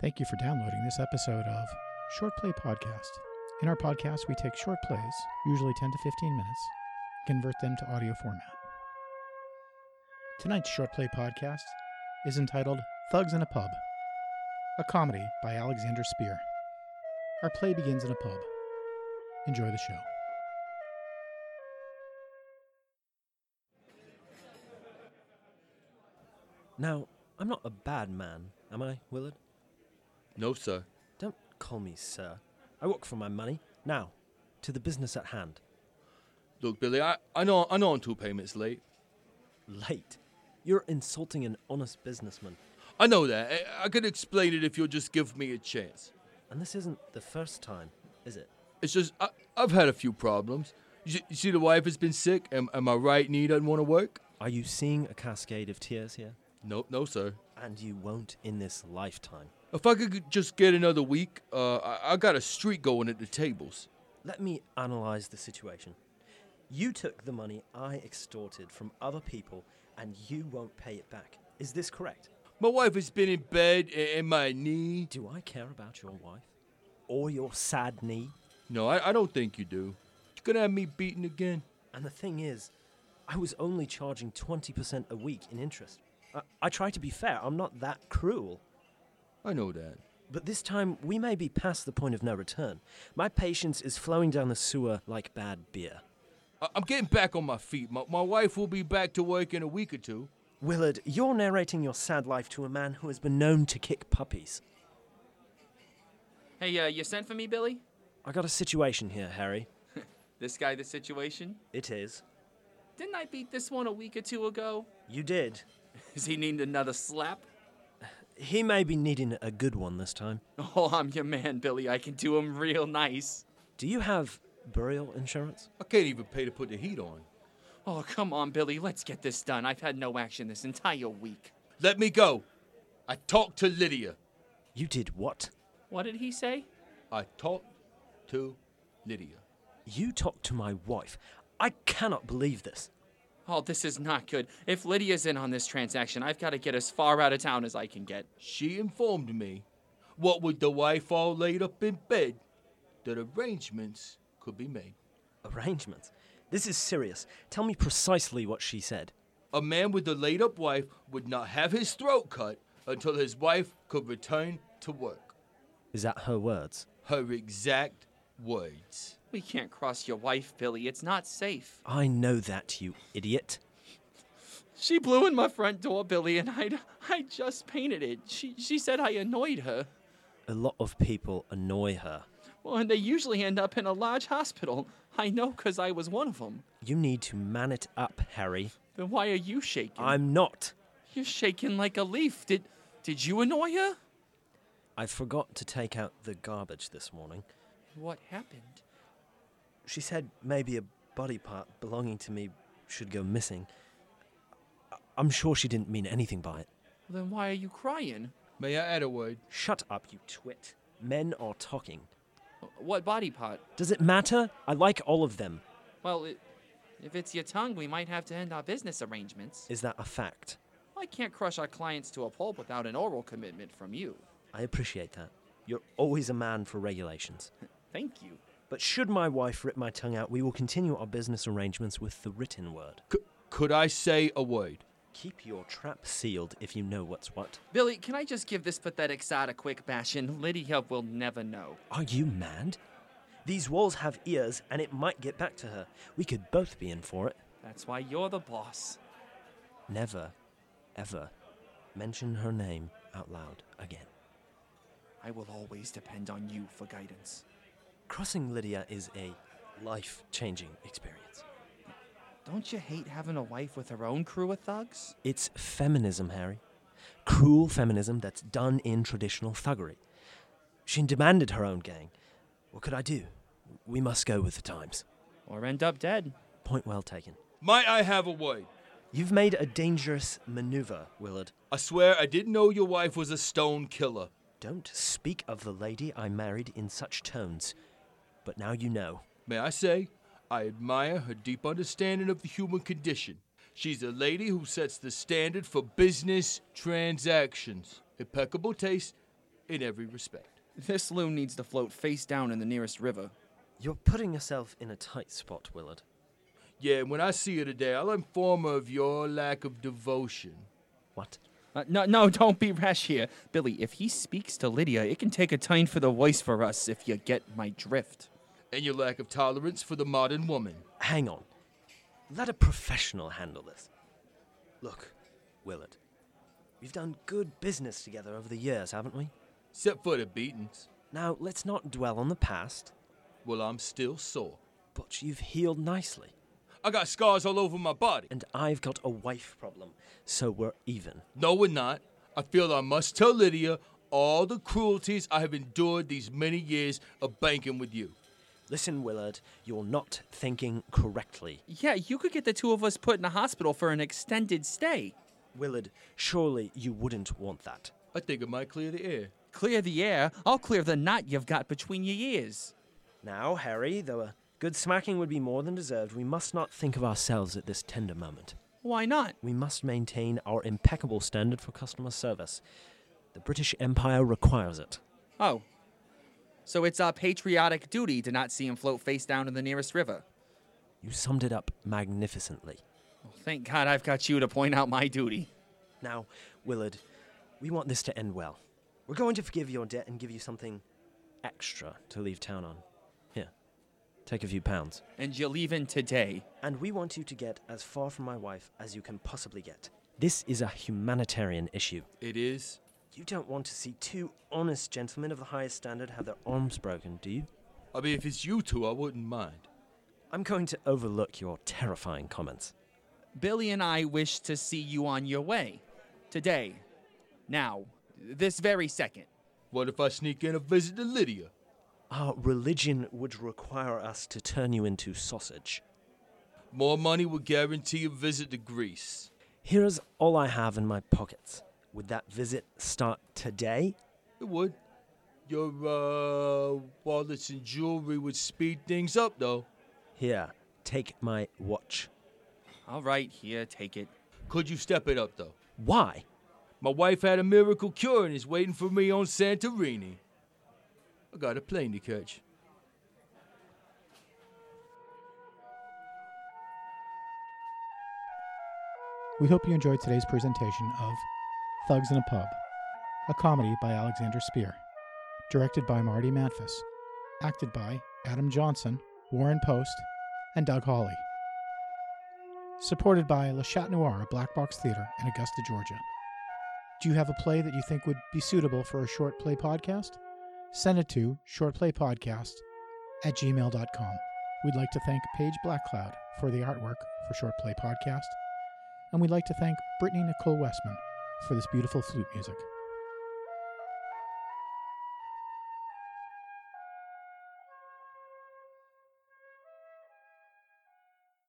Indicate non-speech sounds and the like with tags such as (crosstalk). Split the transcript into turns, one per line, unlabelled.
Thank you for downloading this episode of Short Play Podcast. In our podcast, we take short plays, usually 10 to 15 minutes, convert them to audio format. Tonight's Short Play Podcast is entitled Thugs in a Pub, a comedy by Alexander Spear. Our play begins in a pub. Enjoy the show.
Now, I'm not a bad man, am I, Willard?
No, sir.
Don't call me sir. I work for my money. Now, to the business at hand.
Look, Billy, I, I know I know I'm two payments late.
Late. You're insulting an honest businessman,
I know that. I, I could explain it if you'll just give me a chance.
and this isn't the first time, is it?
It's just I, I've had a few problems. You, you see, the wife has been sick, and, and my right knee doesn't want to work.
Are you seeing a cascade of tears here?
Nope, no, sir.
And you won't in this lifetime.
If I could just get another week, uh, I, I got a streak going at the tables.
Let me analyze the situation. You took the money I extorted from other people, and you won't pay it back. Is this correct?
My wife has been in bed, a- and my knee.
Do I care about your wife? Or your sad knee?
No, I, I don't think you do. You're gonna have me beaten again.
And the thing is, I was only charging 20% a week in interest. I, I try to be fair, I'm not that cruel.
I know that.
But this time, we may be past the point of no return. My patience is flowing down the sewer like bad beer.
I, I'm getting back on my feet. My, my wife will be back to work in a week or two.
Willard, you're narrating your sad life to a man who has been known to kick puppies.
Hey, uh, you sent for me, Billy?
I got a situation here, Harry.
This guy, the situation?
It is.
Didn't I beat this one a week or two ago?
You did.
Is he needing another slap?
He may be needing a good one this time.
Oh, I'm your man, Billy. I can do him real nice.
Do you have burial insurance?
I can't even pay to put the heat on.
Oh, come on, Billy. Let's get this done. I've had no action this entire week.
Let me go. I talked to Lydia.
You did what?
What did he say?
I talked to Lydia.
You talked to my wife. I cannot believe this.
Oh, this is not good. If Lydia's in on this transaction, I've got to get as far out of town as I can get.
She informed me, what with the wife all laid up in bed, that arrangements could be made.
Arrangements? This is serious. Tell me precisely what she said.
A man with the laid up wife would not have his throat cut until his wife could return to work.
Is that her words?
Her exact words.
We can't cross your wife, Billy. It's not safe.
I know that, you idiot.
She blew in my front door, Billy, and I, I just painted it. She, she said I annoyed her.
A lot of people annoy her.
Well, and they usually end up in a large hospital. I know because I was one of them.
You need to man it up, Harry.
Then why are you shaking?
I'm not.
You're shaking like a leaf. Did did you annoy her?
I forgot to take out the garbage this morning.
What happened?
She said maybe a body part belonging to me should go missing. I- I'm sure she didn't mean anything by it.
Then why are you crying?
May I add a word?
Shut up, you twit. Men are talking.
What body part?
Does it matter? I like all of them.
Well, it, if it's your tongue, we might have to end our business arrangements.
Is that a fact?
I can't crush our clients to a pulp without an oral commitment from you.
I appreciate that. You're always a man for regulations.
Thank you.
But should my wife rip my tongue out, we will continue our business arrangements with the written word.
C- could I say a word?
Keep your trap sealed if you know what's what.
Billy, can I just give this pathetic sod a quick bashing? Lydia will never know.
Are you mad? These walls have ears and it might get back to her. We could both be in for it.
That's why you're the boss.
Never, ever mention her name out loud again.
I will always depend on you for guidance.
Crossing Lydia is a life changing experience.
Don't you hate having a wife with her own crew of thugs?
It's feminism, Harry. Cruel feminism that's done in traditional thuggery. She demanded her own gang. What could I do? We must go with the times.
Or end up dead.
Point well taken.
Might I have a word?
You've made a dangerous maneuver, Willard.
I swear I didn't know your wife was a stone killer.
Don't speak of the lady I married in such tones. But now you know.
May I say, I admire her deep understanding of the human condition. She's a lady who sets the standard for business transactions. Impeccable taste in every respect.
This loon needs to float face down in the nearest river.
You're putting yourself in a tight spot, Willard.
Yeah, when I see her today, I'll inform her of your lack of devotion.
What?
Uh, no, no, (laughs) don't be rash here. Billy, if he speaks to Lydia, it can take a time for the voice for us if you get my drift.
And your lack of tolerance for the modern woman.
Hang on. Let a professional handle this. Look, Willard, we've done good business together over the years, haven't we?
Except for the beatings.
Now, let's not dwell on the past,
Well, I'm still sore.
but you've healed nicely,
I got scars all over my body.
and I've got a wife problem, so we're even.
No, we're not. I feel I must tell Lydia all the cruelties I have endured these many years of banking with you.
Listen, Willard, you're not thinking correctly.
Yeah, you could get the two of us put in a hospital for an extended stay.
Willard, surely you wouldn't want that.
I think it might clear the air.
Clear the air, I'll clear the knot you've got between your ears.
Now, Harry, though a good smacking would be more than deserved, we must not think of ourselves at this tender moment.
Why not?
We must maintain our impeccable standard for customer service. The British Empire requires it.
Oh. So it's our patriotic duty to not see him float face down in the nearest river.
You summed it up magnificently.
Well, thank God I've got you to point out my duty.
Now, Willard, we want this to end well. We're going to forgive your debt and give you something extra to leave town on. Here, take a few pounds.
And you're leaving today.
And we want you to get as far from my wife as you can possibly get. This is a humanitarian issue.
It is.
You don't want to see two honest gentlemen of the highest standard have their arms broken, do you?
I mean, if it's you two, I wouldn't mind.
I'm going to overlook your terrifying comments.
Billy and I wish to see you on your way. Today. Now. This very second.
What if I sneak in a visit to Lydia?
Our religion would require us to turn you into sausage.
More money would guarantee a visit to Greece.
Here's all I have in my pockets. Would that visit start today?
It would. Your uh, wallets and jewelry would speed things up, though.
Here, take my watch.
All right, here, take it.
Could you step it up, though?
Why?
My wife had a miracle cure and is waiting for me on Santorini. I got a plane to catch.
We hope you enjoyed today's presentation of Thugs in a Pub, a comedy by Alexander Spear, directed by Marty Mathis, acted by Adam Johnson, Warren Post, and Doug Hawley. Supported by Le Chat Noir at Black Box Theater in Augusta, Georgia. Do you have a play that you think would be suitable for a short play podcast? Send it to shortplaypodcast at gmail.com. We'd like to thank Paige Blackcloud for the artwork for Short Play Podcast and we'd like to thank Brittany Nicole Westman for this beautiful flute music.